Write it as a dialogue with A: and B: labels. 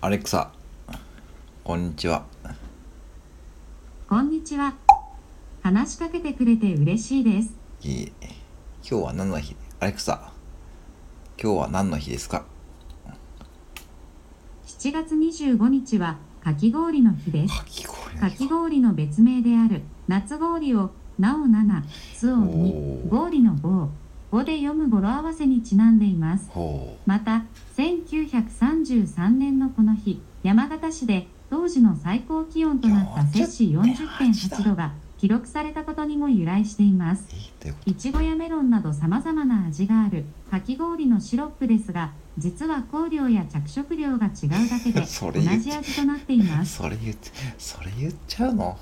A: アレクサ、こんにちは。
B: こんにちは。話しかけてくれて嬉しいです。
A: いい今日は何の日アレクサ、今日は何の日ですか
B: 7月25日はかき氷の日です。
A: かき氷の
B: か
A: 日
B: き
A: か。
B: 氷の別名である夏氷をなお7、つを
A: おー
B: 2、氷の5、5で読む語呂合わせにちなんでいます。
A: ほ
B: また、1933年のこの日、山形市で当時の最高気温となった摂氏40.8度が記録されたことにも由来しています。
A: う。いいというこ
B: いちごやメロンなどさまざまな味があるかき氷のシロップですが実は香料や着色料が違うだけで
A: そ
B: 同
A: れ言っ
B: じ味となっていま
A: と。
B: す
A: それ言って、それ言っちゃうの